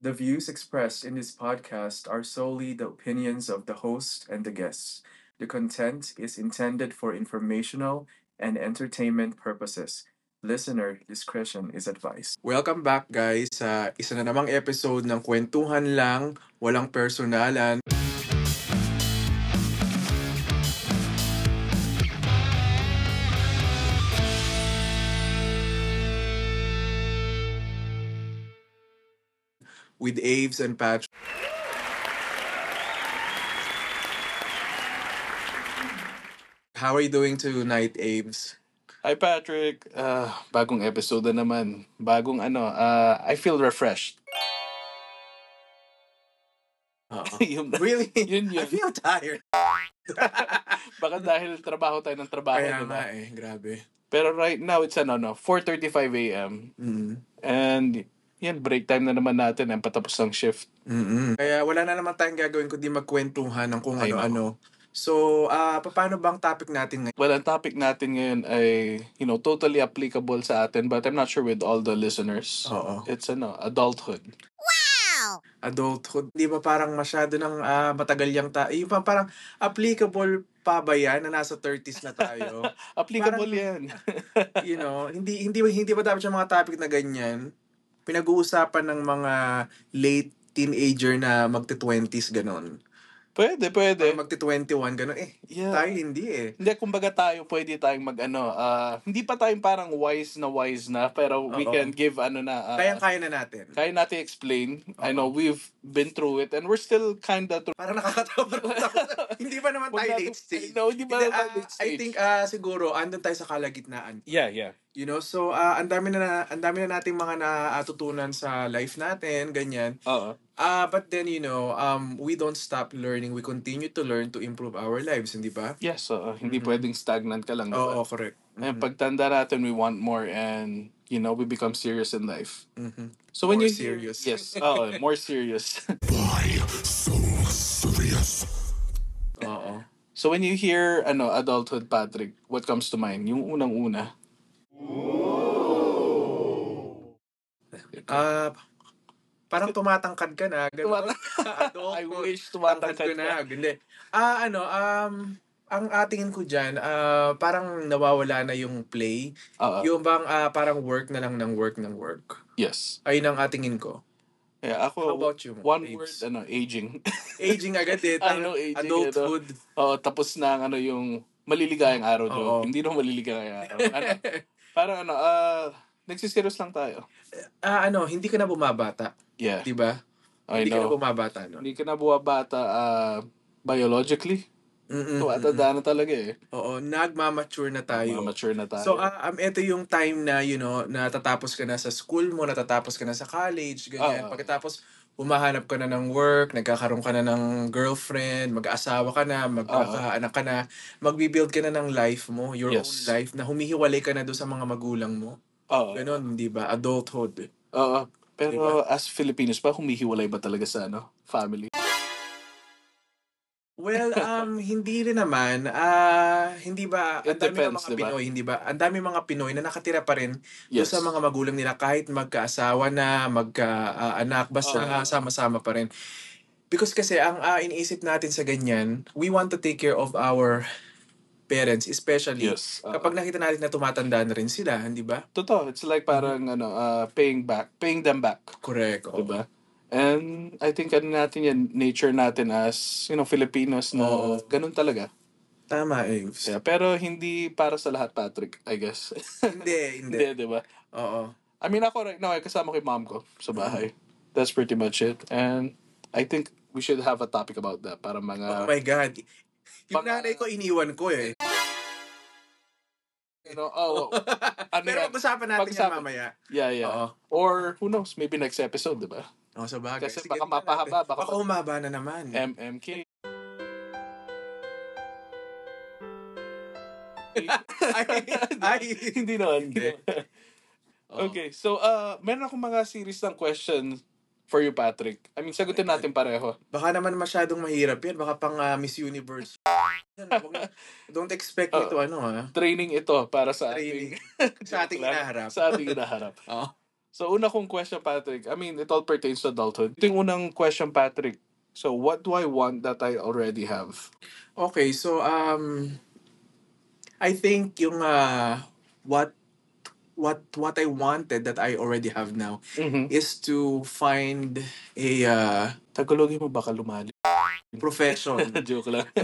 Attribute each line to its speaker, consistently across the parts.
Speaker 1: The views expressed in this podcast are solely the opinions of the host and the guests. The content is intended for informational and entertainment purposes. Listener discretion is advised.
Speaker 2: Welcome back guys sa isa na namang episode ng Kwentuhan Lang, Walang Personalan. With Aves and Patch. How are you doing tonight, Aves?
Speaker 3: Hi Patrick, Ah, bagong episode na naman. Bagong ano, ah, I feel refreshed. Yung-
Speaker 2: Really?
Speaker 3: Yun yun.
Speaker 2: I feel tired.
Speaker 3: Baka dahil trabaho tayo ng trabaho.
Speaker 2: Kaya
Speaker 3: diba?
Speaker 2: nga eh, grabe.
Speaker 3: Pero right now it's ano no, 4:35 AM
Speaker 2: Mm.
Speaker 3: and yan break time na naman natin ang patapos ng shift.
Speaker 2: Mm-mm. Kaya wala na naman tayong gagawin kundi magkwentuhan ng kung
Speaker 3: Ay,
Speaker 2: ano-ano. So, ah paano bang topic natin ngayon?
Speaker 3: Well, ang topic natin ngayon ay, you know, totally applicable sa atin but I'm not sure with all the listeners.
Speaker 2: Oo.
Speaker 3: It's ano, adulthood.
Speaker 2: Adulthood. Di ba parang masyado ng ah, matagal yung ta... Yung pa- parang applicable pa ba yan na nasa 30s na tayo?
Speaker 3: Applicable
Speaker 2: Parang-
Speaker 3: 'yan.
Speaker 2: you know, hindi hindi hindi ba dapat yung mga topic na ganyan pinag-uusapan ng mga late teenager na magte-20s ganon.
Speaker 3: pwede, pwede.
Speaker 2: Or magte-21 ganon eh.
Speaker 3: Yeah.
Speaker 2: Tayo hindi eh.
Speaker 3: Hindi, kumbaga tayo, pwede tayong mag-ano, ah, hindi pa tayong parang wise na wise na, pero we
Speaker 2: Oo.
Speaker 3: can give ano na, ah,
Speaker 2: Kaya kaya na natin.
Speaker 3: kaya natin explain. I know we've been through it and we're still kinda through
Speaker 2: Parang nakakatawa. hindi pa naman tayo late stage.
Speaker 3: No, hindi pa
Speaker 2: Hindi,
Speaker 3: tayo
Speaker 2: ah,
Speaker 3: late
Speaker 2: I
Speaker 3: stage.
Speaker 2: think ah, siguro andun tayo sa kalagitnaan.
Speaker 3: yeah, yeah.
Speaker 2: You know, so ah, ang dami na ang dami na nating mga natutunan sa life natin, ganyan.
Speaker 3: Oo.
Speaker 2: Ah, but then you know, um we don't stop learning. We continue to learn to improve our lives, hindi ba?
Speaker 3: Yes, oo. hindi
Speaker 2: Mhm.
Speaker 3: pwedeng stagnant ka lang.
Speaker 2: Oo,
Speaker 3: diba?
Speaker 2: correct. Mm-hmm,
Speaker 3: And pagtanda natin, we want more and, you know, we become serious in life.
Speaker 2: Mhm.
Speaker 3: So when
Speaker 2: More
Speaker 3: you hear-
Speaker 2: serious.
Speaker 3: yes, oo, more serious.
Speaker 2: Oo.
Speaker 3: so when you hear ano adulthood, Patrick, what comes to mind? Yung unang-una.
Speaker 2: Ah, parang tumatangkad ka na. Ganun.
Speaker 3: Tumatang-
Speaker 2: Adult,
Speaker 3: I wish
Speaker 2: tumatangkad
Speaker 3: tumatangkad
Speaker 2: ka
Speaker 3: ka.
Speaker 2: na. Hindi. Ah, ano, um, ang atingin ko dyan, ah, parang nawawala na yung play.
Speaker 3: Oo.
Speaker 2: Yung bang ah, parang work na lang ng work ng work.
Speaker 3: yes.
Speaker 2: Ayun ang atingin ko.
Speaker 3: Yeah,
Speaker 2: How
Speaker 3: ako,
Speaker 2: about you?
Speaker 3: Oh, one word,
Speaker 2: Aves?
Speaker 3: ano, aging.
Speaker 2: Aging agad eh.
Speaker 3: I know, aging,
Speaker 2: Adulthood.
Speaker 3: Oo, tapos na ang ano yung maliligayang araw do.
Speaker 2: Oo.
Speaker 3: Hindi na maliligayang araw. Ano, parang ano, ah, nagsiserious lang tayo.
Speaker 2: Ah, ano, hindi ka na bumabata.
Speaker 3: Yeah,
Speaker 2: Di ba?
Speaker 3: I
Speaker 2: Hindi ka na
Speaker 3: know.
Speaker 2: bumabata. No?
Speaker 3: Hindi ka na buwabata ah, biologically.
Speaker 2: Mm-mm.
Speaker 3: Tumatanda na talaga eh.
Speaker 2: Oo, nagmamature na tayo.
Speaker 3: Mga mature na tayo.
Speaker 2: So, ah, um, ito yung time na, you know, natatapos ka na sa school mo, natatapos ka na sa college, ganyan.
Speaker 3: Oo.
Speaker 2: Pagkatapos, humahanap ka na ng work, nagkakaroon ka na ng girlfriend, mag-aasawa ka na, magkakaanak ka na, magbibuild ka na ng life mo, your own
Speaker 3: Yes.
Speaker 2: life, na humihiwalay ka na doon sa mga magulang mo.
Speaker 3: Oo.
Speaker 2: Ganon, di ba? Adulthood.
Speaker 3: Oo. Pero as Filipinos ba, humihiwalay ba talaga sa ano, family?
Speaker 2: Well, um, hindi rin naman. Ah, hindi ba, ang
Speaker 3: It
Speaker 2: dami ng
Speaker 3: depends,
Speaker 2: mga
Speaker 3: di ba?
Speaker 2: Pinoy, hindi ba? Ang dami mga Pinoy na nakatira pa rin doon
Speaker 3: Yes.
Speaker 2: sa mga magulang nila kahit magkaasawa na, magkaanak, basta
Speaker 3: Oo.
Speaker 2: sama-sama pa rin. Because kasi ang ah, iniisip natin sa ganyan, we want to take care of our parents, especially
Speaker 3: Yes. oo.
Speaker 2: kapag nakita natin na tumatanda na rin sila, hindi ba?
Speaker 3: Totoo. It's
Speaker 2: Mm-hmm.
Speaker 3: like parang ano, ah, paying back, paying them back,
Speaker 2: Correct. oo.
Speaker 3: 'di ba? And I think ano natin yan, nature natin as, you know, Filipinos na
Speaker 2: Oo.
Speaker 3: ganun talaga.
Speaker 2: Tama, eh. Aves.
Speaker 3: Yeah, pero hindi para sa lahat, Patrick, I guess.
Speaker 2: Hindi, hindi.
Speaker 3: hindi, 'di ba?
Speaker 2: Oo.
Speaker 3: I mean, ako right now, ay kasama ko yung mom ko sa bahay. That's pretty much it. And I think we should have a topic about that
Speaker 2: Oh
Speaker 3: para mga
Speaker 2: my God. Yung
Speaker 3: Ah. Baka-
Speaker 2: nanay ko, iniwan ko eh.
Speaker 3: you know, oh, ano
Speaker 2: Pero
Speaker 3: yan?
Speaker 2: pag-usapan natin yan
Speaker 3: Pag-usapan.
Speaker 2: mamaya.
Speaker 3: Yeah, yeah.
Speaker 2: Oo.
Speaker 3: Or who knows, maybe next episode, 'di ba?
Speaker 2: Oh, sa bagay.
Speaker 3: Kasi
Speaker 2: Sige,
Speaker 3: baka
Speaker 2: tingnan
Speaker 3: mapahaba,
Speaker 2: natin.
Speaker 3: baka-
Speaker 2: baka humaba na naman.
Speaker 3: MMK.
Speaker 2: ay, ay.
Speaker 3: Hindi naman.
Speaker 2: Hindi. Oh. Oo.
Speaker 3: Okay, so uh, meron akong mga series ng question for you, Patrick. I mean, sagutin natin pareho.
Speaker 2: Baka naman masyadong mahirap yan. Baka pang ah, Miss Universe. Yan, wag na- Don't expect me
Speaker 3: Oo.
Speaker 2: to ano ha.
Speaker 3: Training ito para sa
Speaker 2: Training.
Speaker 3: ating...
Speaker 2: Sa ating hinaharap.
Speaker 3: Sa ating hinaharap.
Speaker 2: Oo.
Speaker 3: So, una kong question, Patrick. I mean, it all pertains to adulthood. Ito yung unang question, Patrick. So, what do I want that I already have?
Speaker 2: Okay, so um I think yung uh what what what I wanted that I already have now
Speaker 3: Mm-hmm.
Speaker 2: is to find a uh,
Speaker 3: Tagalogin mo baka lumali.
Speaker 2: profession.
Speaker 3: Joke lang.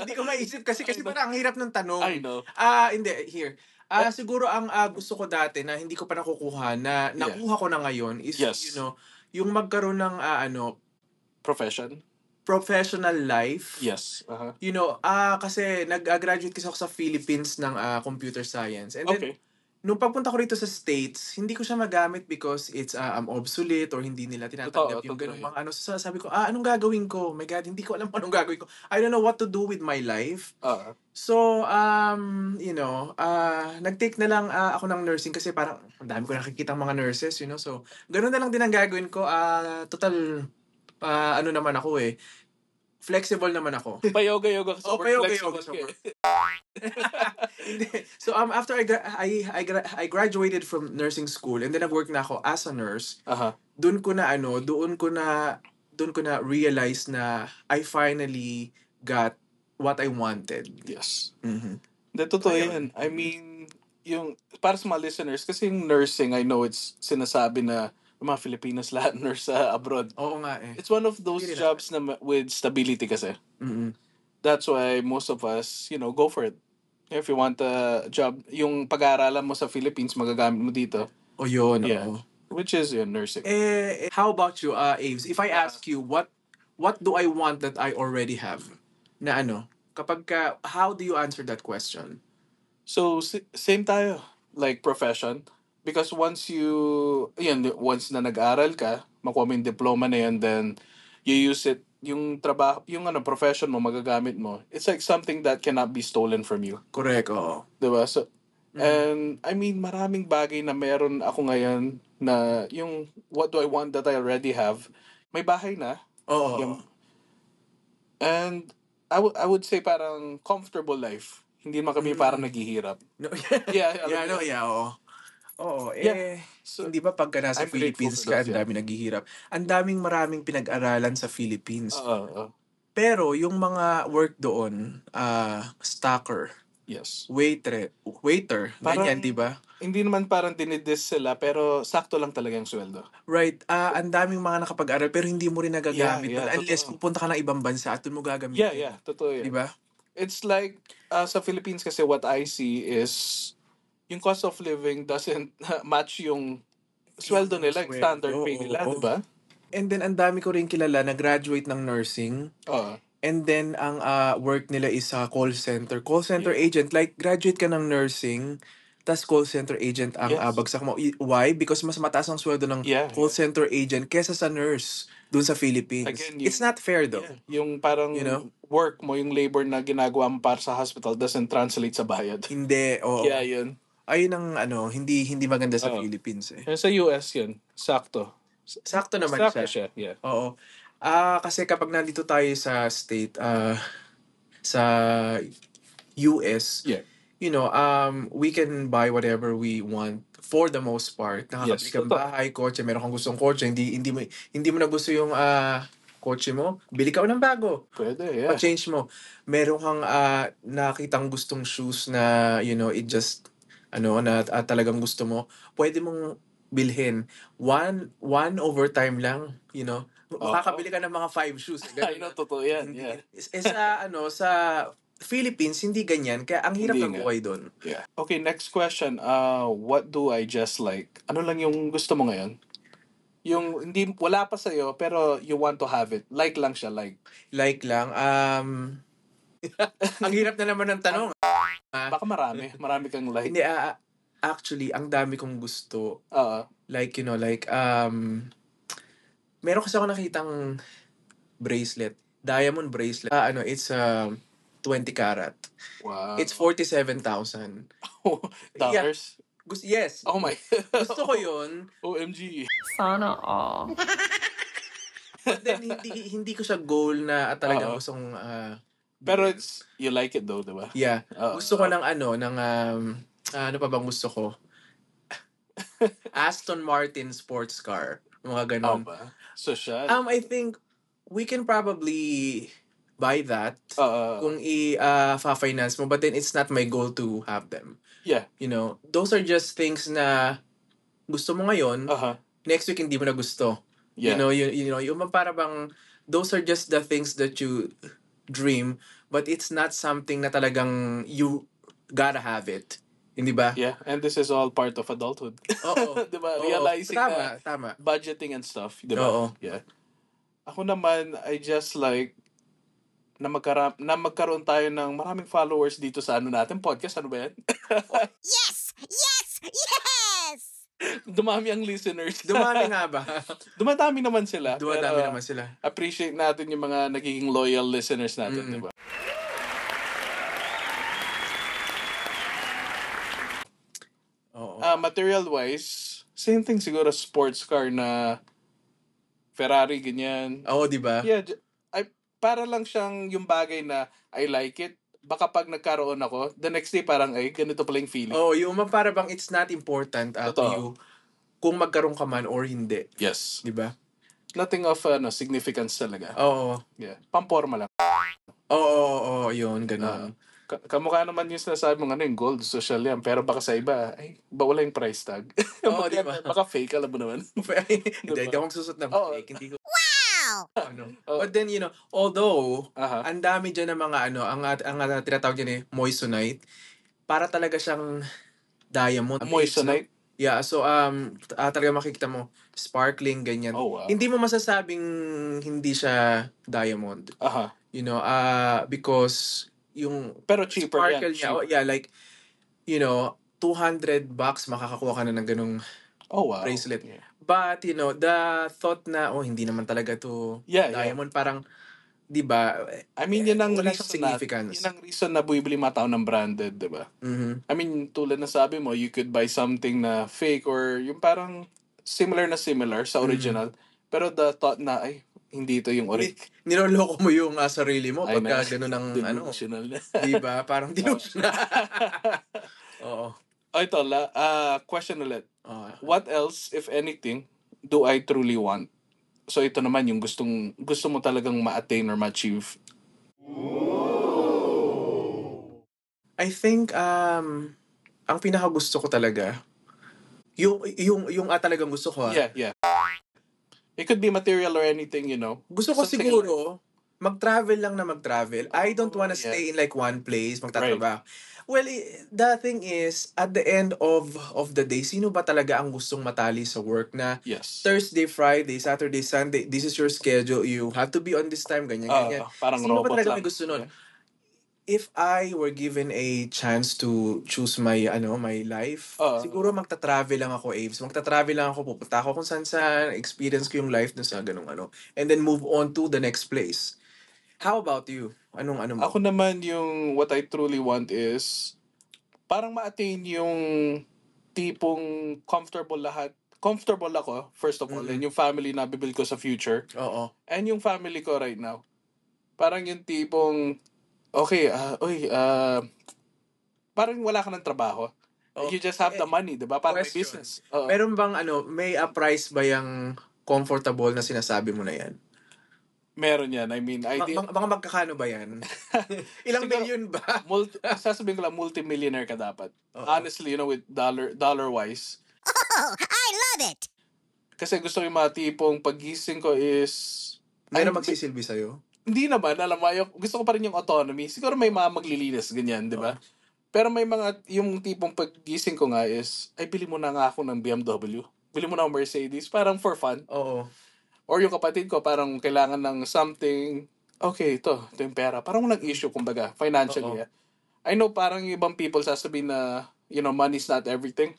Speaker 2: hindi ko maisip kasi kasi parang ang hirap ng tanong.
Speaker 3: I know.
Speaker 2: Ah, hindi here.
Speaker 3: Oh.
Speaker 2: Ah, siguro ang ah, gusto ko dati na hindi ko pa nakukuha na nakuha ko na ngayon is
Speaker 3: Yes.
Speaker 2: you know, yung magkaroon ng ah, ano,
Speaker 3: Profession?
Speaker 2: professional life.
Speaker 3: Yes. Uh-huh.
Speaker 2: You know, ah kasi nag-graduate kasi ako sa Philippines ng ah, computer science. And then
Speaker 3: Okay.
Speaker 2: nung pagpunta ko rito sa States, hindi ko siya magamit because it's uh, um, obsolete or hindi nila tinatanggap yung
Speaker 3: Totoo, totoo
Speaker 2: ganung
Speaker 3: yun.
Speaker 2: mga ano. So, sabi ko, ah, anong gagawin ko? My God, hindi ko alam anong gagawin ko. I don't know what to do with my life.
Speaker 3: Uh,
Speaker 2: So, um, you know, uh, nag-take na lang ah, ako ng nursing kasi parang ang dami ko nakikita mga nurses, you know. So, ganun na lang din ang gagawin ko. ah total, ah, ano naman ako eh, flexible naman ako.
Speaker 3: payoga-yoga kasi
Speaker 2: Oh,
Speaker 3: okay, okay,
Speaker 2: payoga-yoga sa work. Hindi. so um after I gra- I I, gra- I graduated from nursing school and then nag-work na ako as a nurse.
Speaker 3: Aha.
Speaker 2: Doon ko na ano, doon ko na doon ko na realize na I finally got what I wanted.
Speaker 3: Yes.
Speaker 2: Mhm.
Speaker 3: Hindi, totoo
Speaker 2: Ayun.
Speaker 3: yan. I mean, yung, para sa mga listeners, kasi yung nursing, I know it's sinasabi na yung mga Filipinas lahat nurse sa abroad.
Speaker 2: Oo nga eh.
Speaker 3: It's one of those
Speaker 2: Hindi na.
Speaker 3: jobs na ma- with stability kasi.
Speaker 2: Mhm.
Speaker 3: That's why most of us, you know, go for it. If you want a job, yung pag-aaralan mo sa Philippines, magagamit mo dito.
Speaker 2: O Oh, yun.
Speaker 3: Yeah.
Speaker 2: oo.
Speaker 3: Which is yun, nursing.
Speaker 2: Eh, eh, how about you, uh, Aves? If I ask you what what do I want that I already have? Na ano? Kapag ka, how do you answer that question?
Speaker 3: So, si- same tayo. Like, profession. Because once you, yun, once na nag-aral ka, makuha mo yung diploma na yun, then you use it, yung trabaho, yung ano, profession mo, magagamit mo. It's like something that cannot be stolen from you.
Speaker 2: Correct, oo.
Speaker 3: 'Di ba? So, and, I mean, maraming bagay na meron ako ngayon na yung what do I want that I already have. May bahay na.
Speaker 2: Oo.
Speaker 3: Yung- And, I would- I would say parang comfortable life. Hindi naman kami parang naghihirap.
Speaker 2: No,
Speaker 3: Yeah,
Speaker 2: yeah,
Speaker 3: alam
Speaker 2: no,
Speaker 3: mo yun.
Speaker 2: yeah, oo. Oo, eh,
Speaker 3: Yeah. So,
Speaker 2: hindi ba pagka nasa
Speaker 3: I'm grateful
Speaker 2: Philippines
Speaker 3: for
Speaker 2: ka, ang
Speaker 3: those, yeah.
Speaker 2: dami naghihirap. Ang daming maraming pinag-aralan sa Philippines.
Speaker 3: Oo, oo.
Speaker 2: Pero yung mga work doon, ah stacker,
Speaker 3: yes.
Speaker 2: waiter, waiter,
Speaker 3: Parang-
Speaker 2: ganyan, di ba?
Speaker 3: Hindi naman parang dinidis sila, pero sakto lang talaga yung sweldo.
Speaker 2: Right, ah ang daming mga nakapag-aral pero hindi mo rin nagagamit
Speaker 3: Yeah, yeah,
Speaker 2: nun unless
Speaker 3: totoo.
Speaker 2: pupunta ka ng ibang bansa at doon mo gagamitin.
Speaker 3: Yeah, yeah. Totoo
Speaker 2: Di
Speaker 3: yun.
Speaker 2: ba?
Speaker 3: It's like, uh, sa Philippines kasi what I see is, yung cost of living doesn't match yung sweldo nila,
Speaker 2: Sweldo,
Speaker 3: standard pay nila, diba?
Speaker 2: oo.
Speaker 3: di ba?
Speaker 2: And then ang dami ko rin kilala na graduate ng nursing
Speaker 3: Oo.
Speaker 2: And then, ang ah, work nila is sa call center. Call center agent, like, graduate ka ng nursing, tas call center agent ang
Speaker 3: Yes.
Speaker 2: ah, bagsak mo. I- Why? Because mas mataas ang sweldo ng
Speaker 3: Yeah,
Speaker 2: call center agent kesa sa nurse dun sa Philippines.
Speaker 3: Again,
Speaker 2: It's not fair, though.
Speaker 3: yeah. Yung parang
Speaker 2: You know?
Speaker 3: work mo, yung labor na ginagawa mo para sa hospital doesn't translate sa bayad.
Speaker 2: Hindi, oo.
Speaker 3: Yeah, yun.
Speaker 2: Ayun ang, ano, hindi hindi maganda sa
Speaker 3: Oo.
Speaker 2: Philippines, eh.
Speaker 3: Yung sa US yun, sakto.
Speaker 2: Sakto naman siya.
Speaker 3: Sakto Ano siya, yeah.
Speaker 2: Oo. Ah, kasi kapag nandito tayo sa state, ah, sa US,
Speaker 3: Yeah.
Speaker 2: you know, um, we can buy whatever we want for the most part. Nakakabili
Speaker 3: Yes,
Speaker 2: ka ng
Speaker 3: totoo.
Speaker 2: bahay, kotse, meron kang gustong kotse, hindi, hindi, mo, hindi mo na gusto yung ah, kotse mo, bili ka ng bago.
Speaker 3: Pwede, yeah.
Speaker 2: Pa-change mo. Meron kang ah, nakitang gustong shoes na, you know, it just, ano, na ah, talagang gusto mo, pwede mong bilhin. One, one overtime lang, you know. Makakabili ka ng mga five shoes. eh.
Speaker 3: I know, totoo yan.
Speaker 2: Hindi,
Speaker 3: Yeah.
Speaker 2: eh, sa, ano, sa Philippines, hindi ganyan. Kaya ang hirap
Speaker 3: Hindi
Speaker 2: ng
Speaker 3: nga.
Speaker 2: buhay doon.
Speaker 3: yeah. Okay, next question. Uh, what do I just like? Ano lang yung gusto mo ngayon? Yung hindi wala pa sa pero you want to have it. Like lang siya, like.
Speaker 2: Like lang, um... ang hirap na naman ng tanong.
Speaker 3: Ah. Baka marami, marami kang like.
Speaker 2: Hindi, ah, ah, actually, ang dami kong gusto.
Speaker 3: Oo.
Speaker 2: Like, you know, like, um... Meron kasi ako nakitang bracelet. Diamond bracelet. Ah, ano, it's um, 20 karat.
Speaker 3: wow.
Speaker 2: It's 47,000.
Speaker 3: dollars.
Speaker 2: Gusto, yes.
Speaker 3: Oh my.
Speaker 2: Gusto ko yun.
Speaker 3: OMG.
Speaker 4: Sana all.
Speaker 2: But then, hindi, hindi ko siya goal na ah, talagang
Speaker 3: Oo.
Speaker 2: gustong... ah,
Speaker 3: Pero it's you like it though, 'di ba?
Speaker 2: yeah.
Speaker 3: Oo.
Speaker 2: Gusto ko ng ano, ng... Um, ah, ano pa bang gusto ko? Aston Martin sports car. Mga
Speaker 3: Ano
Speaker 2: ganon.
Speaker 3: ba? Social.
Speaker 2: Um, I think we can probably buy that
Speaker 3: Uh,
Speaker 2: kung i-finance mo. But then it's not my goal to have them.
Speaker 3: Yeah.
Speaker 2: You know, those are just things na gusto mo ngayon.
Speaker 3: uh-huh.
Speaker 2: Next week, hindi mo na gusto. mm-hmm. You
Speaker 3: Yeah.
Speaker 2: know, you, you know, yung para bang those are just the things that you dream, but it's not something na talagang you gotta have it. Hindi ba?
Speaker 3: yeah. And this is all part of adulthood.
Speaker 2: Oo.
Speaker 3: Di ba?
Speaker 2: Oo.
Speaker 3: Realizing
Speaker 2: tama,
Speaker 3: na
Speaker 2: tama.
Speaker 3: budgeting and stuff. Di ba?
Speaker 2: Oo.
Speaker 3: Yeah. Ako naman, I just like na, magkara- na magkaroon tayo ng maraming followers dito sa ano natin, podcast, ano ba yan?
Speaker 4: Yes! Yes! Yes!
Speaker 3: Dumami ang listeners.
Speaker 2: Dumami nga ba?
Speaker 3: Dumadami naman sila.
Speaker 2: Dumadami
Speaker 3: pero uh,
Speaker 2: naman sila.
Speaker 3: Appreciate natin yung mga nagiging loyal listeners natin,
Speaker 2: Mm.
Speaker 3: di ba?
Speaker 2: Oo.
Speaker 3: Ah, material-wise, same thing siguro sports car na Ferrari, ganyan.
Speaker 2: Oo, di ba?
Speaker 3: Yeah, j- I, para lang siyang yung bagay na I like it. Baka pag nagkaroon ako, the next day parang ay, ganito pala yung feeling.
Speaker 2: Oo, yung mga para bang it's not important uh, to
Speaker 3: Totoo.
Speaker 2: you kung magkaroon ka man or hindi.
Speaker 3: Yes.
Speaker 2: Di ba?
Speaker 3: Nothing of ano, significance talaga.
Speaker 2: Oo.
Speaker 3: Yeah. Pamporma lang. Mm.
Speaker 2: Oo, oo, oo, yun, ganun.
Speaker 3: Ka- kamukha naman yung sinasabi mong ano yung gold, social yan. Pero baka sa iba, ay, ba wala yung price tag?
Speaker 2: Oo,
Speaker 3: Baka-
Speaker 2: di ba?
Speaker 3: Baka fake, alam mo naman.
Speaker 2: Hindi, hindi ako magsusot ng
Speaker 3: Diba? Oo. Oh.
Speaker 2: fake. Hindi ko,
Speaker 4: Wow!
Speaker 2: ano.
Speaker 3: Oo.
Speaker 2: But then, you know, although,
Speaker 3: Aha.
Speaker 2: ang dami dyan ng mga ano, ang, at- ang, ang tinatawag dyan eh, moissanite. Para talaga siyang diamond.
Speaker 3: Ah, Moissanite.
Speaker 2: Yeah, so um, t- ah, talaga makikita mo, sparkling, ganyan.
Speaker 3: Oh, wow.
Speaker 2: Hindi mo masasabing hindi siya diamond.
Speaker 3: Aha.
Speaker 2: You know, uh, because yung
Speaker 3: Pero cheaper
Speaker 2: sparkle
Speaker 3: yan.
Speaker 2: niya,
Speaker 3: Cheap.
Speaker 2: oh, yeah, like, you know, 200 bucks makakakuha ka na ng ganung
Speaker 3: Oh, wow.
Speaker 2: bracelet.
Speaker 3: Yeah.
Speaker 2: But, you know, the thought na, oh, hindi naman talaga to
Speaker 3: Yeah, yeah.
Speaker 2: diamond, parang, di ba? eh,
Speaker 3: I mean, yun ang
Speaker 2: Wala siyang
Speaker 3: reason na,
Speaker 2: significance.
Speaker 3: yun ang reason na buibili mga tao ng branded, di ba?
Speaker 2: Mhm.
Speaker 3: I mean, tulad na sabi mo, you could buy something na fake or yung parang similar na similar
Speaker 2: Mm-hmm.
Speaker 3: sa original. Pero the thought na, ay, hindi ito yung
Speaker 2: Ni-
Speaker 3: original.
Speaker 2: niloloko mo yung ah, sarili mo
Speaker 3: Ay, Oh.
Speaker 2: pagka
Speaker 3: man.
Speaker 2: ganun ang ano,
Speaker 3: Delusional na.
Speaker 2: di ba? Parang delusional. Oo.
Speaker 3: oh, ito, la, ah, question ulit.
Speaker 2: Oo.
Speaker 3: What else, if anything, do I truly want? So ito naman yung gustong gusto mo talagang ma-attain or ma-achieve.
Speaker 2: I think um ang pinaka gusto ko talaga yung yung yung ah, talagang gusto ko. ah.
Speaker 3: Yeah, yeah. It could be material or anything, you know.
Speaker 2: Gusto ko
Speaker 3: Something
Speaker 2: siguro mag-travel lang na mag-travel. I don't wanna
Speaker 3: Yeah.
Speaker 2: stay in like one place, magtatrabaho. Well, i- the thing is at the end of of the day, sino ba talaga ang gustong matali sa work na
Speaker 3: Yes.
Speaker 2: Thursday, Friday, Saturday, Sunday, this is your schedule. You have to be on this time, ganyan,
Speaker 3: Ah,
Speaker 2: ganyan.
Speaker 3: parang
Speaker 2: Sino ba
Speaker 3: robot
Speaker 2: talaga
Speaker 3: lang.
Speaker 2: may gusto nun? If I were given a chance to choose my ano my life,
Speaker 3: Ah.
Speaker 2: siguro magta-travel lang ako, Aves. Magta-travel lang ako, pupunta ako kung saan saan, experience ko yung life dun sa ganung ano. And then move on to the next place. How about you? Anong ano mo?
Speaker 3: Ako naman yung what I truly want is parang ma-attain yung tipong comfortable lahat. Comfortable ako, first of all,
Speaker 2: Mhm.
Speaker 3: and yung family na bibuild ko sa future,
Speaker 2: Oo.
Speaker 3: and yung family ko right now. Parang yung tipong, okay, ah, uy, ah, parang wala ka ng trabaho.
Speaker 2: Oh.
Speaker 3: You just have the
Speaker 2: Eh,
Speaker 3: money, di ba? Parang may
Speaker 2: question.
Speaker 3: business. Oo.
Speaker 2: Meron bang ano, may a price ba yung comfortable na sinasabi mo na yan?
Speaker 3: meron yan. I mean, I
Speaker 2: Ma-
Speaker 3: think,
Speaker 2: mga, mga magkakano ba yan? Ilang
Speaker 3: Siguro-
Speaker 2: million ba?
Speaker 3: multi, sasabihin ko lang, multimillionaire ka dapat.
Speaker 2: Oo.
Speaker 3: Honestly, you know, with dollar, dollar-wise,
Speaker 4: Oh, I love it!
Speaker 3: Kasi gusto ko yung mga tipong pagising ko is...
Speaker 2: Meron
Speaker 3: Ay,
Speaker 2: magsisilbi sa'yo?
Speaker 3: Hindi naman, alam mo, ayaw- gusto ko pa rin yung autonomy. Siguro may mga maglilinis, ganyan, di ba? Pero may mga, yung tipong pagising ko nga is, ay, bili mo na nga ako ng BMW. Bili mo na ako Mercedes, parang for fun.
Speaker 2: Oo.
Speaker 3: Or yung kapatid ko, parang kailangan ng something, okay, ito, ito yung pera. Parang walang issue, kumbaga,
Speaker 2: Oo.
Speaker 3: financially. ah. I know parang yung ibang people sasabihin na, you know, money's not everything.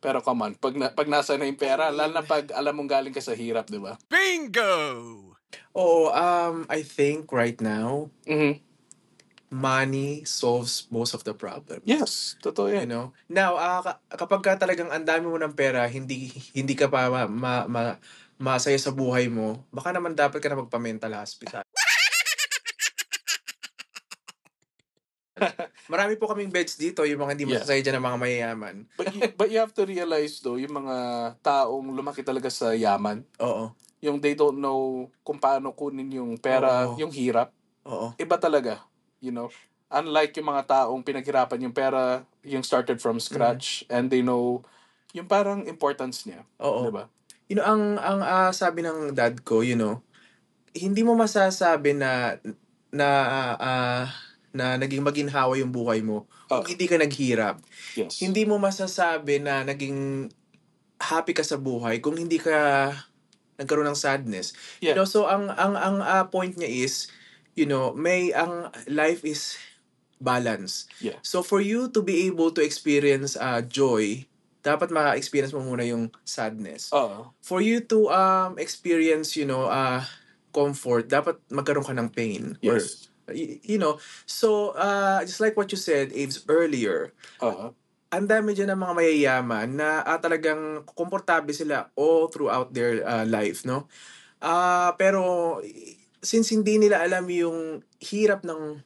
Speaker 3: Pero come on, pag, na, pag nasa na yung pera, lalo na pag alam mong galing ka sa hirap, di ba?
Speaker 4: Bingo!
Speaker 2: Oo, um, I think right now,
Speaker 3: Mhm.
Speaker 2: money solves most of the problem.
Speaker 3: Yes, totoo
Speaker 2: You
Speaker 3: yan.
Speaker 2: know? Now, ah, ka- kapag ka talagang ang dami mo ng pera, hindi hindi ka pa ma, ma, ma- masaya sa buhay mo, baka naman dapat ka na magpa-mental hospital. Marami po kaming beds dito, yung mga hindi
Speaker 3: Yeah.
Speaker 2: masasaya dyan ng mga mayayaman.
Speaker 3: But you, but you have to realize though, yung mga taong lumaki talaga sa yaman,
Speaker 2: Oo.
Speaker 3: yung they don't know kung paano kunin yung pera,
Speaker 2: Oo.
Speaker 3: yung hirap,
Speaker 2: Oo.
Speaker 3: iba talaga, you know. Unlike yung mga taong pinaghirapan yung pera, yung started from
Speaker 2: Mm-hmm.
Speaker 3: scratch and they know yung parang importance niya,
Speaker 2: Oo.
Speaker 3: 'di ba?
Speaker 2: You know, ang, ang ah, sabi ng dad ko, you know, hindi mo masasabi na na ah, ah, na naging maginhawa yung buhay mo kung
Speaker 3: Oo.
Speaker 2: hindi ka naghirap.
Speaker 3: Yes.
Speaker 2: Hindi mo masasabi na naging happy ka sa buhay kung hindi ka nagkaroon ng sadness. You
Speaker 3: Yeah.
Speaker 2: know, so ang ang ang ah, point niya is, you know, may ang life is balance.
Speaker 3: Yeah.
Speaker 2: So for you to be able to experience uh, joy, dapat ma-experience mo muna yung sadness.
Speaker 3: Oo.
Speaker 2: For you to um experience, you know, uh comfort, dapat magkaroon ka ng pain or
Speaker 3: Yes.
Speaker 2: y- you know. So uh just like what you said Aves earlier,
Speaker 3: Oo.
Speaker 2: ang dami dyan ng mga mayayaman na ah, talagang komportable sila all throughout their ah, life, no? Ah, pero since hindi nila alam yung hirap ng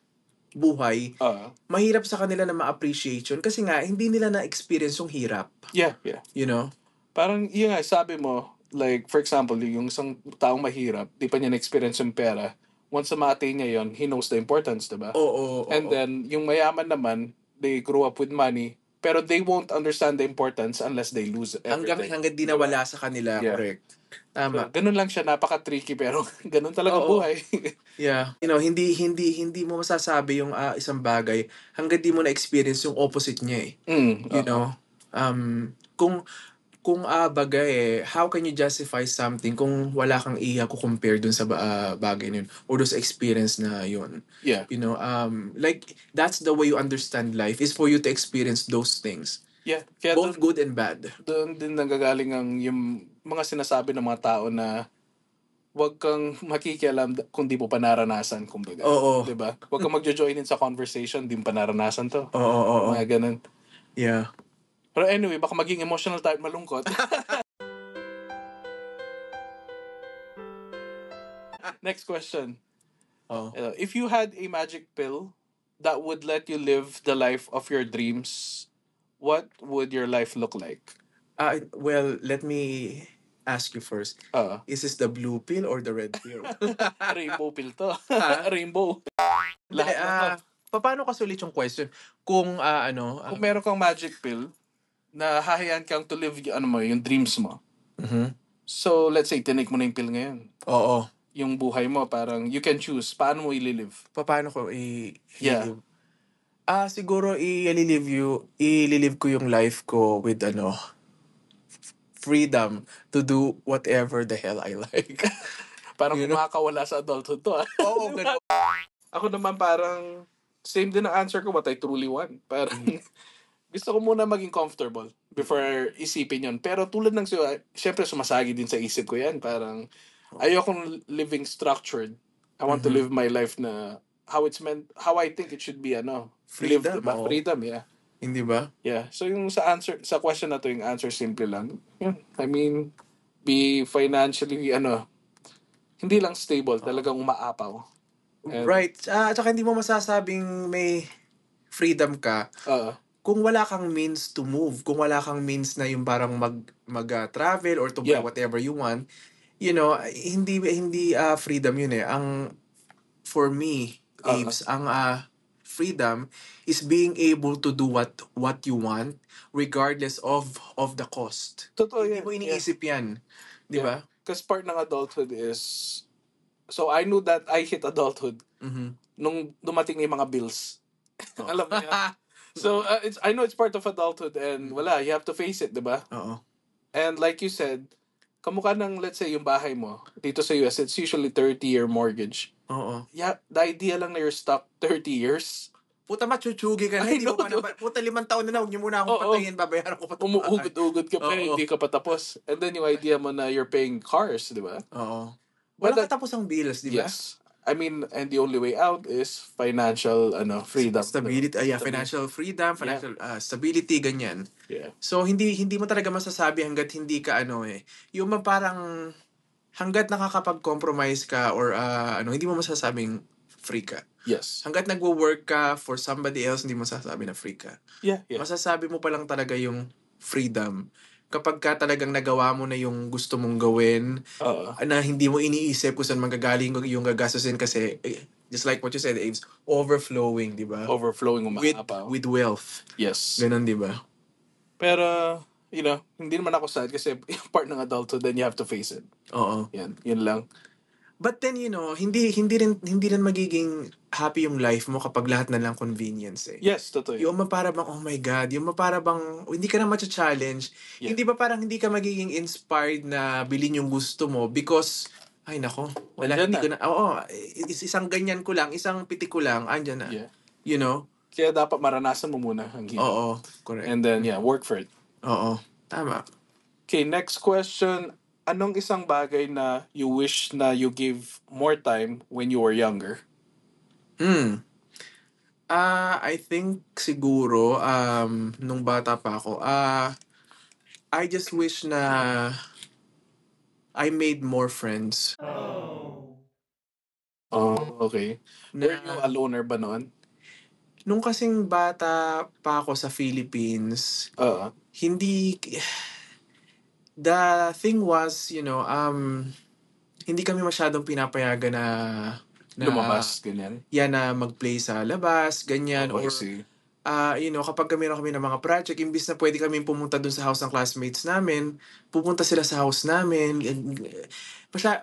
Speaker 2: buhay,
Speaker 3: Oo.
Speaker 2: mahirap sa kanila na ma-appreciate yun kasi nga hindi nila na-experience yung hirap,
Speaker 3: Yeah, yeah.
Speaker 2: you know?
Speaker 3: Parang yun nga, sabi mo, like, for example, yung isang taong mahirap, di pa niya na-experience yung pera, once na ma-attain niya yun, he knows the importance, di ba?
Speaker 2: Oo, oo, oo.
Speaker 3: And then, yung mayaman naman, they grew up with money, pero they won't understand the importance unless they lose
Speaker 2: hanggang
Speaker 3: everything.
Speaker 2: hanggang di nawala sa kanila,
Speaker 3: Yeah.
Speaker 2: correct.
Speaker 3: So,
Speaker 2: Tama.
Speaker 3: ganun lang siya, napaka-tricky, pero ganun talaga
Speaker 2: Oo.
Speaker 3: buhay.
Speaker 2: Yeah. You know, hindi hindi hindi mo masasabi yung ah, isang bagay hanggang di mo na-experience yung opposite niya eh.
Speaker 3: mm,
Speaker 2: You
Speaker 3: oo.
Speaker 2: know, um kung kung ah, bagay eh, how can you justify something kung wala kang iya ko compare dun sa ba- ah, bagay na yun or dun sa experience na yun.
Speaker 3: Yeah,
Speaker 2: You know, um like that's the way you understand life is for you to experience those things,
Speaker 3: yeah. Kaya
Speaker 2: both good and bad.
Speaker 3: doon din nanggagaling ang yung mga sinasabi ng mga tao na wag kang makikialam d- kung di mo pa naranasan, kumbaga.
Speaker 2: Oo.
Speaker 3: Di ba? Wag Diba? kang magjo-join in sa conversation, di mo pa naranasan to.
Speaker 2: Oo, oo, oo.
Speaker 3: Mga ganun.
Speaker 2: Yeah.
Speaker 3: Pero anyway, baka maging emotional tayo at malungkot. Next question.
Speaker 2: Oo.
Speaker 3: Uh, if you had a magic pill that would let you live the life of your dreams, what would your life look like?
Speaker 2: Ah, well, let me ask you first.
Speaker 3: Uh,
Speaker 2: Is this the blue pill or the red pill?
Speaker 3: rainbow pill to.
Speaker 2: Ha?
Speaker 3: rainbow.
Speaker 2: Lahat
Speaker 3: Lahat
Speaker 2: ah.
Speaker 3: na to.
Speaker 2: paano kasi ulit yung question? Kung ah, ano, ah,
Speaker 3: Kung meron kang magic pill na hahayaan kang to live yung, ano mo, yung dreams mo.
Speaker 2: Mhm.
Speaker 3: So, let's say, tinik mo na yung pill ngayon.
Speaker 2: oo,
Speaker 3: Yung buhay mo, parang you can choose paano mo ililive.
Speaker 2: paano ko i
Speaker 3: Yeah.
Speaker 2: i- Ah, siguro i-live you, i-live ko yung life ko with ano, f- freedom to do whatever the hell I like.
Speaker 3: Parang
Speaker 2: You know?
Speaker 3: kumakawala sa adulthood to. ah.
Speaker 2: oo, ganun.
Speaker 3: Ako naman parang same din ang answer ko what I truly want. Parang
Speaker 2: Mm.
Speaker 3: gusto ko muna maging comfortable before isipin yon. Pero tulad ng siyo, ah, syempre sumasagi din sa isip ko yan. Parang
Speaker 2: Oh.
Speaker 3: ayokong living structured. I want
Speaker 2: Mm-hmm.
Speaker 3: to live my life na how it's meant, how I think it should be, ano.
Speaker 2: Freedom,
Speaker 3: live, ba?
Speaker 2: oo.
Speaker 3: Freedom, yeah.
Speaker 2: Hindi ba?
Speaker 3: Yeah. So yung sa answer, sa question na to, yung answer simple lang. Yeah. I mean, be financially, ano, hindi lang stable, talagang umaapaw. And-
Speaker 2: Right. Ah, at saka hindi mo masasabing may freedom ka
Speaker 3: Oo.
Speaker 2: kung wala kang means to move, kung wala kang means na yung parang mag mag-travel or to buy
Speaker 3: Yeah.
Speaker 2: whatever you want, you know, hindi hindi ah, freedom yun eh. Ang for me,
Speaker 3: Oo.
Speaker 2: Aves, ang ah, freedom is being able to do what what you want regardless of of the cost.
Speaker 3: Totoo
Speaker 2: hindi
Speaker 3: yan.
Speaker 2: mo iniisip 'yan, 'di ba?
Speaker 3: Because part ng adulthood is... So I knew that I hit adulthood
Speaker 2: Mhm.
Speaker 3: nung dumating na yung mga bills.
Speaker 2: Oh.
Speaker 3: Alam mo yan. So
Speaker 2: Mm.
Speaker 3: uh, it's, I know it's part of adulthood and wala, you have to face it, di ba?
Speaker 2: Oo.
Speaker 3: And like you said, kamukha ng let's say yung bahay mo dito sa US, it's usually 30-year mortgage.
Speaker 2: Oo.
Speaker 3: Yeah, the idea lang na you're stuck 30 years,
Speaker 2: Puta machuchugi ka na,
Speaker 3: I
Speaker 2: hindi ko
Speaker 3: know,
Speaker 2: pa na, puta limang taon na na, huwag niyo muna akong
Speaker 3: Oo.
Speaker 2: patayin, babayaran ko pa to.
Speaker 3: umuugod-ugod ka pa,
Speaker 2: Oo.
Speaker 3: hindi ka pa tapos. And then yung idea mo na you're paying cars, di ba?
Speaker 2: Oo.
Speaker 3: But
Speaker 2: Walang
Speaker 3: that-
Speaker 2: katapos ang bills, di ba?
Speaker 3: Yes. I mean, and the only way out is financial ano, freedom.
Speaker 2: Stability, ah, yeah,
Speaker 3: Stability.
Speaker 2: financial freedom, financial ah, stability, ganyan.
Speaker 3: Yeah.
Speaker 2: So, hindi hindi mo talaga masasabi hanggat hindi ka ano eh. Yung mga parang hanggat nakakapag-compromise ka or ah, ano, hindi mo masasabing free ka.
Speaker 3: Yes.
Speaker 2: Hanggat nagwo-work ka for somebody else, hindi mo sasabi na free ka.
Speaker 3: Yeah, yeah.
Speaker 2: Masasabi mo pa lang talaga yung freedom. Kapag ka talagang nagawa mo na yung gusto mong gawin,
Speaker 3: Oo.
Speaker 2: na hindi mo iniisip kung saan manggagaling yung gagastusin kasi, eh, just like what you said, Aves, overflowing, di
Speaker 3: Oh,
Speaker 2: ba?
Speaker 3: overflowing
Speaker 2: with,
Speaker 3: umaapaw.
Speaker 2: with wealth.
Speaker 3: yes.
Speaker 2: Ganun, di ba?
Speaker 3: Pero, you know, hindi naman ako sad kasi part ng adulthood, then you have to face it.
Speaker 2: Oo.
Speaker 3: Yan, yun lang.
Speaker 2: But then, you know, hindi hindi rin hindi rin magiging happy yung life mo kapag lahat na lang convenience eh.
Speaker 3: Yes, totoo yun.
Speaker 2: Yung mapara bang, oh my God, yung mapara bang, hindi ka na macha-challenge.
Speaker 3: Yeah.
Speaker 2: Hindi ba parang hindi ka magiging inspired na bilhin yung gusto mo because, ay nako, wala, hindi
Speaker 3: Andyan na.
Speaker 2: ko na, oo, is- isang ganyan ko lang, isang piti ko lang, andyan na.
Speaker 3: Yeah.
Speaker 2: You know?
Speaker 3: Kaya dapat maranasan mo muna ang hirap.
Speaker 2: Oo, correct.
Speaker 3: And then, yeah, work for it.
Speaker 2: Oo, tama.
Speaker 3: Okay, next question. Anong isang bagay na you wish na you give more time when you were younger?
Speaker 2: Hmm. Ah, I think siguro um nung bata pa ako, ah I just wish na I made more friends.
Speaker 3: Oh, okay. Were you
Speaker 2: Na,
Speaker 3: a loner ba noon?
Speaker 2: nung kasing bata pa ako sa Philippines,
Speaker 3: Oo.
Speaker 2: hindi the thing was, you know, um hindi kami masyadong pinapayagan na, na
Speaker 3: lumabas, ganyan.
Speaker 2: Yan na mag-play sa labas, ganyan
Speaker 3: Oh,
Speaker 2: or
Speaker 3: I see.
Speaker 2: ah you know, kapag kami meron kami ng mga project, imbis na pwede kami pumunta dun sa house ng classmates namin, pupunta sila sa house namin. Masya,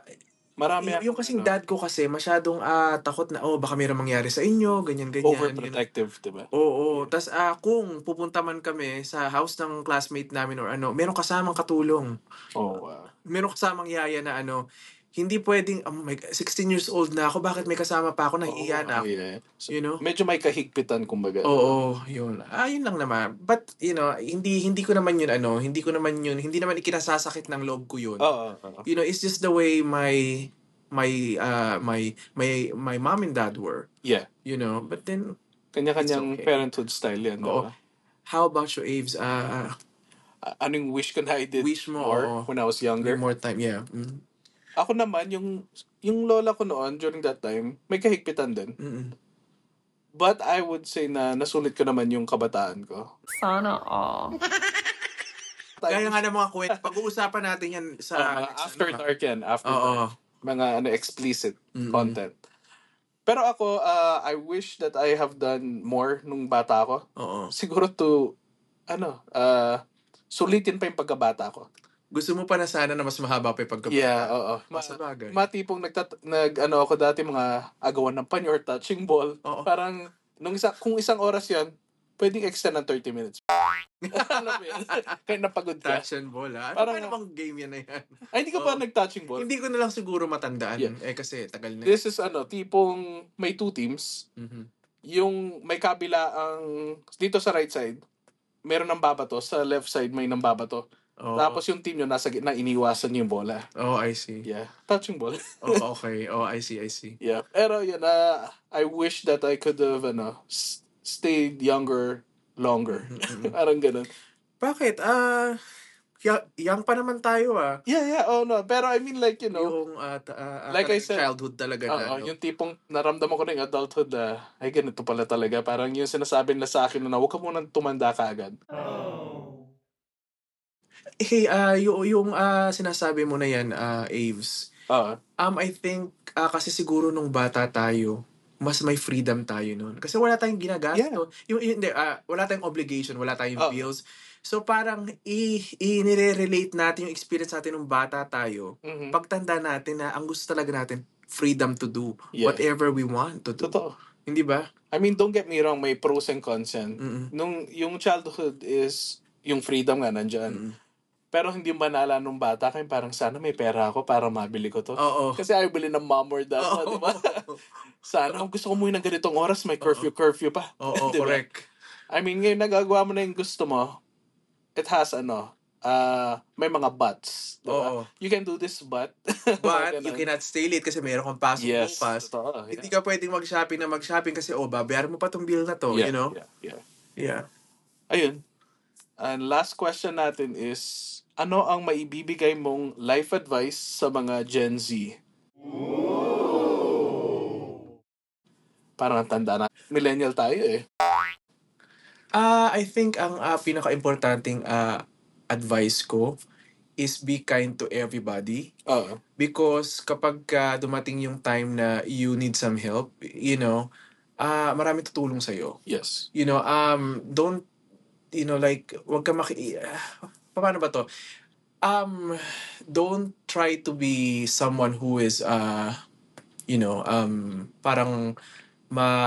Speaker 3: Marami
Speaker 2: yung, yung
Speaker 3: akong,
Speaker 2: kasing
Speaker 3: ano,
Speaker 2: dad ko kasi, masyadong ah, takot na, oh, baka mayroong mangyari sa inyo, ganyan-ganyan.
Speaker 3: overprotective, di ba?
Speaker 2: Oo, oo. Tapos kung pupunta man kami sa house ng classmate namin or ano, meron kasamang katulong.
Speaker 3: Oh, wow.
Speaker 2: Meron kasamang yaya na ano, hindi pwedeng, oh my God, 16 years old na ako, bakit may kasama pa ako, nahihiya na ako,
Speaker 3: Oh, yeah. So,
Speaker 2: you know?
Speaker 3: medyo may kahigpitan, kumbaga.
Speaker 2: Oo, yun. Ah, yun lang naman. But, you know, hindi hindi ko naman yun, ano, hindi ko naman yun, hindi naman ikinasasakit ng loob ko yun.
Speaker 3: Oo, oo.
Speaker 2: You know, it's just the way my, my, uh, my, my, my mom and dad were.
Speaker 3: Yeah.
Speaker 2: You know, but then,
Speaker 3: Kanya-kanyang
Speaker 2: It's okay.
Speaker 3: parenthood style yan. di
Speaker 2: Oo.
Speaker 3: ba?
Speaker 2: how about you, Aves? Uh,
Speaker 3: A- Anong wish ko na I did
Speaker 2: Wish mo,
Speaker 3: more
Speaker 2: oo.
Speaker 3: when I was
Speaker 2: uh,
Speaker 3: younger?
Speaker 2: more time, yeah. Mm,
Speaker 3: Ako naman, yung yung lola ko noon during that time, may kahigpitan din.
Speaker 2: mm,
Speaker 3: But I would say na nasulit ko naman yung kabataan ko.
Speaker 5: Sana all.
Speaker 2: Gaya nga ng mga kwento, pag-uusapan natin yan
Speaker 3: Oo,
Speaker 2: sa... ano,
Speaker 3: mga Ah, after dark yan. After
Speaker 2: Oo. Mm-hmm.
Speaker 3: dark. Mga ano, explicit
Speaker 2: Mm-mm.
Speaker 3: content. Pero ako, uh, I wish that I have done more nung bata ako.
Speaker 2: Oo.
Speaker 3: Siguro to, ano, uh, sulitin pa yung pagkabata ko.
Speaker 2: Gusto mo pa na sana na mas mahaba pa yung pagkabata.
Speaker 3: Yeah, oo. Ma-
Speaker 2: Sa bagay.
Speaker 3: matipong nagtat- nag, ano ako dati, mga agawan ng panyo or touching ball.
Speaker 2: Oo.
Speaker 3: Parang, nung isa, kung isang oras yon pwedeng extend ng 30 minutes. Alam mo yun? Kaya napagod ka.
Speaker 2: Touch and ball, ha? Ano ba
Speaker 3: Parang-
Speaker 2: namang game yan na yan?
Speaker 3: Ay, hindi ka pa
Speaker 2: Oo.
Speaker 3: nag-touching ball.
Speaker 2: Hindi ko na lang siguro matandaan.
Speaker 3: Yeah.
Speaker 2: Eh kasi tagal na.
Speaker 3: This is ano, tipong may two teams.
Speaker 2: Mhm.
Speaker 3: Yung may kabila ang dito sa right side, meron ng babato, sa left side may nang babato.
Speaker 2: Oo.
Speaker 3: Tapos yung team nyo nasa gitna iniwasan yung bola.
Speaker 2: Oh, I see.
Speaker 3: Yeah, touching ball.
Speaker 2: Oh, okay. Oh, I see, I see.
Speaker 3: yeah. Pero yun ah, I wish that I could have ano, s- stayed younger longer. Parang ganun.
Speaker 2: Bakit? Ah, ya- young pa naman tayo ah.
Speaker 3: Yeah, yeah. Oh no, pero I mean like, you know,
Speaker 2: Yung ah, ta- ah, ah,
Speaker 3: Like I
Speaker 2: talagang
Speaker 3: said-
Speaker 2: childhood talaga na.
Speaker 3: Oo,
Speaker 2: no?
Speaker 3: yung tipong naramdaman ko na yung adulthood na, ay ganito pala talaga. Parang yung sinasabi na sa akin na huwag ka munang tumanda ka agad.
Speaker 2: Hey, ah, yung, yung ah, sinasabi mo na yan, ah, Aves.
Speaker 3: Oo.
Speaker 2: Um, I think, ah, kasi siguro nung bata tayo, mas may freedom tayo noon. Kasi wala tayong ginagasto. Yung, yung, hindi, ah, wala tayong obligation, wala tayong
Speaker 3: Oh.
Speaker 2: bills. So parang i, i nire-relate natin yung experience natin nung bata tayo
Speaker 3: Mhm.
Speaker 2: pagtanda natin na ang gusto talaga natin, freedom to do
Speaker 3: Yeah.
Speaker 2: whatever we want to do.
Speaker 3: Totoo.
Speaker 2: Hindi ba?
Speaker 3: I mean, don't get me wrong, may pros and cons yan.
Speaker 2: Mm-mm.
Speaker 3: Nung, yung childhood is yung freedom nga nandyan.
Speaker 2: Mm-mm.
Speaker 3: Pero hindi mo ba naalala nung bata kayo, parang sana may pera ako para mabili ko to.
Speaker 2: Oo.
Speaker 3: Kasi ayaw bilhin ng mom or dad mo,
Speaker 2: Oo.
Speaker 3: di ba? sana, oh, gusto ko muna ng ganitong oras, may curfew-curfew pa.
Speaker 2: Oo,
Speaker 3: Di ba?
Speaker 2: correct.
Speaker 3: I mean, ngayon nagagawa mo na yung gusto mo, it has ano, ah may mga buts. di ba?
Speaker 2: Oo.
Speaker 3: You can do this but.
Speaker 2: But you cannot stay late kasi mayroon kang pasok
Speaker 3: Yes.
Speaker 2: bukas.
Speaker 3: Totoo, yeah.
Speaker 2: Hindi ka pwedeng mag-shopping na mag-shopping kasi, oh, babayaran mo pa tong bill na to,
Speaker 3: yeah,
Speaker 2: you know?
Speaker 3: Yeah, yeah.
Speaker 2: Yeah.
Speaker 3: Ayun. And last question natin is, ano ang maibibigay mong life advice sa mga Gen Z? Parang ang tanda na. Millennial tayo eh.
Speaker 2: Ah, I think ang ah, pinaka-importanting ah, advice ko is be kind to everybody.
Speaker 3: Oo.
Speaker 2: Because kapag ah, dumating yung time na you need some help, you know, ah marami tutulong sa'yo.
Speaker 3: Yes.
Speaker 2: You know, um, don't, you know, like, wag ka maki... ah, paano ba to? Um, don't try to be someone who is, uh, you know, um, parang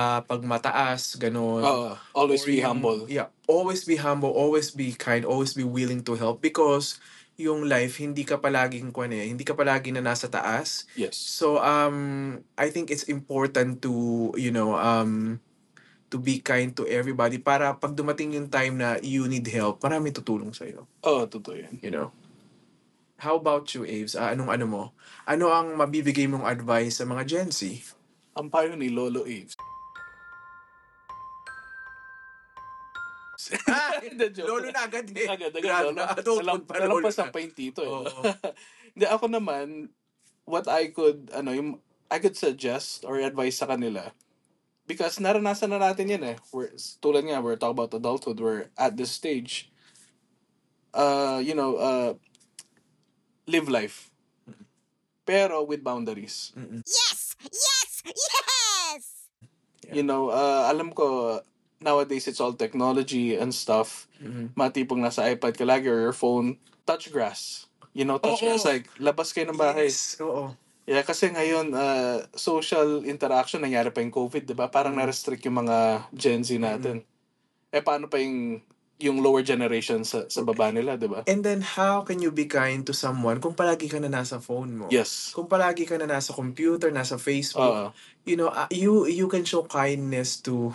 Speaker 2: mapagmataas, gano'n.
Speaker 3: Oo. Oh, Uh, Always
Speaker 2: Or
Speaker 3: be
Speaker 2: yung-
Speaker 3: humble.
Speaker 2: Yeah, always be humble, always be kind, always be willing to help because yung life hindi ka palaging kwan eh, hindi ka palagi na nasa taas.
Speaker 3: Yes.
Speaker 2: So um I think it's important to, you know, um to be kind to everybody para pag dumating yung time na you need help, marami tutulong sa
Speaker 3: Oo, totoo yan.
Speaker 2: you know. How about you, Aves? Ah, anong ano mo? Ano ang mabibigay mong advice sa mga Gen Z?
Speaker 3: Ang payo ni Lolo Aves. Hindi, joke.
Speaker 2: Lolo na agad eh.
Speaker 3: Agad, agad,
Speaker 2: Grabe,
Speaker 3: lolo.
Speaker 2: adulthood
Speaker 3: Nalamp-
Speaker 2: pa, lolo
Speaker 3: nalampasan
Speaker 2: na.
Speaker 3: pa yung tito eh.
Speaker 2: Oo.
Speaker 3: Hindi, ako naman, what I could, ano, yung, I could suggest or advise sa kanila, because naranasan na natin yan eh. We're, tulad nga, we're talking about adulthood, we're at this stage. Uh, you know, uh, live life.
Speaker 2: Mm-hmm.
Speaker 3: Pero with boundaries.
Speaker 4: Yes, yes, yes.
Speaker 3: You know, uh, alam ko, nowadays it's all technology and stuff.
Speaker 2: Mhm.
Speaker 3: Matipong nasa iPad ka lagi or your phone. Touch grass. You know, touch
Speaker 2: Oo.
Speaker 3: grass. Like, labas kayo ng bahay.
Speaker 2: Yes, oo.
Speaker 3: Yeah, kasi ngayon, uh, social interaction, nangyari pa yung COVID, di ba? Parang
Speaker 2: Mm-hmm.
Speaker 3: na-restrict yung mga Gen Z natin. Eh, paano pa yung, yung lower generation sa, sa baba nila, di ba?
Speaker 2: And then, how can you be kind to someone kung palagi ka na nasa phone mo?
Speaker 3: Yes.
Speaker 2: Kung palagi ka na nasa computer, nasa Facebook,
Speaker 3: Oo.
Speaker 2: you know, ah, you you can show kindness to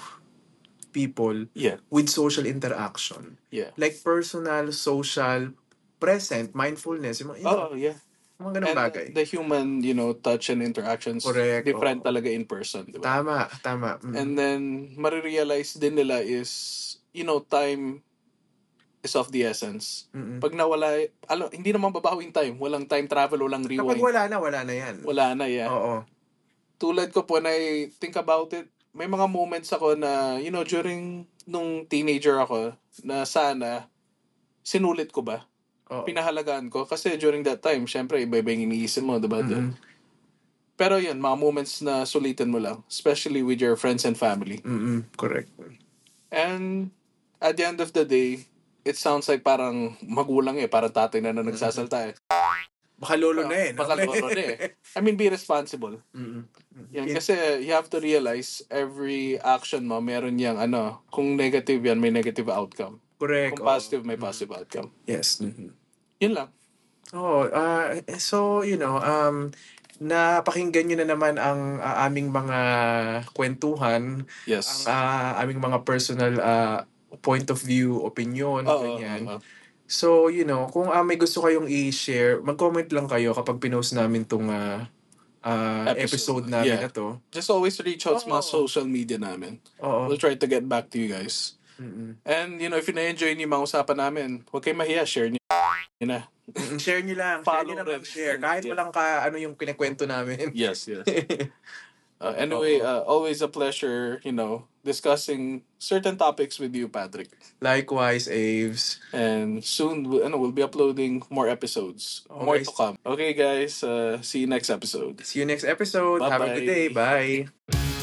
Speaker 2: people
Speaker 3: yeah.
Speaker 2: with social interaction.
Speaker 3: Yeah.
Speaker 2: Like personal, social, present, mindfulness, yung mga, yun,
Speaker 3: Oo, yeah.
Speaker 2: mga ganung
Speaker 3: Oh, And
Speaker 2: bagay.
Speaker 3: the human, you know, touch and interactions,
Speaker 2: Correct,
Speaker 3: different
Speaker 2: oo.
Speaker 3: talaga in person, di ba?
Speaker 2: Tama, tama. Mm.
Speaker 3: And then, marirealize din nila is, you know, time is of the essence.
Speaker 2: Mm-mm.
Speaker 3: Pag nawala, alam, hindi naman babawi yung time. Walang time travel, walang
Speaker 2: Kapag
Speaker 3: rewind.
Speaker 2: wala na, wala Oh. na yan.
Speaker 3: wala na, yeah.
Speaker 2: Oo.
Speaker 3: Tulad ko po, when I think about it, may mga moments ako na, you know, during nung teenager ako, na sana, sinulit ko ba?
Speaker 2: Oo.
Speaker 3: Pinahalagaan ko. Kasi during that time, syempre, iba-iba yung iniisip mo, diba?
Speaker 2: Mm-mm.
Speaker 3: Pero yun, mga moments na sulitin mo lang. Especially with your friends and family.
Speaker 2: Mm-mm. Mm, Correct.
Speaker 3: And at the end of the day, it sounds like parang magulang eh, parang tatay na na nagsasalta eh.
Speaker 2: Baka lolo na Mm, eh. no?
Speaker 3: Baka lolo na eh. I mean, be responsible.
Speaker 2: Mm-mm.
Speaker 3: Yan,
Speaker 2: It-
Speaker 3: kasi you have to realize every action mo, meron yang ano, kung negative yan, may negative outcome.
Speaker 2: Correct.
Speaker 3: Kung
Speaker 2: oo.
Speaker 3: positive, may positive outcome.
Speaker 2: Yes. mhm.
Speaker 3: Yun lang.
Speaker 2: Oh, uh, so you know, um napakinggan niyo na naman ang uh, aming mga kwentuhan, ang
Speaker 3: Yes.
Speaker 2: uh, aming mga personal uh, point of view, opinion,
Speaker 3: Oo,
Speaker 2: ganyan.
Speaker 3: oo, oo.
Speaker 2: So, you know, kung ah, may gusto kayong i-share, mag-comment lang kayo kapag pinost namin tong ah, ah,
Speaker 3: Episode.
Speaker 2: episode, namin
Speaker 3: Yeah.
Speaker 2: na to.
Speaker 3: Just always reach out sa mga
Speaker 2: Oo.
Speaker 3: social media namin.
Speaker 2: Oo.
Speaker 3: We'll try to get back to you guys.
Speaker 2: Mm-mm.
Speaker 3: And, you know, if you na-enjoy niyo yung mga usapan namin, huwag kayong mahiya, share niyo. Yun na.
Speaker 2: Mm-mm, Share nyo lang.
Speaker 3: Follow
Speaker 2: share nyo lang
Speaker 3: rin.
Speaker 2: ang share. Kahit
Speaker 3: Yeah.
Speaker 2: walang ka, ano yung kinakwento namin.
Speaker 3: Yes, yes. Uh, anyway, uh, always a pleasure, you know, discussing certain topics with you, Patrick.
Speaker 2: Likewise, Aves.
Speaker 3: And soon, we, ano, we'll be uploading more episodes. More
Speaker 2: Okay.
Speaker 3: to come. Okay, guys. Uh, see you next episode.
Speaker 2: See you next episode. Have a good
Speaker 3: Bye-bye.
Speaker 2: day. Bye.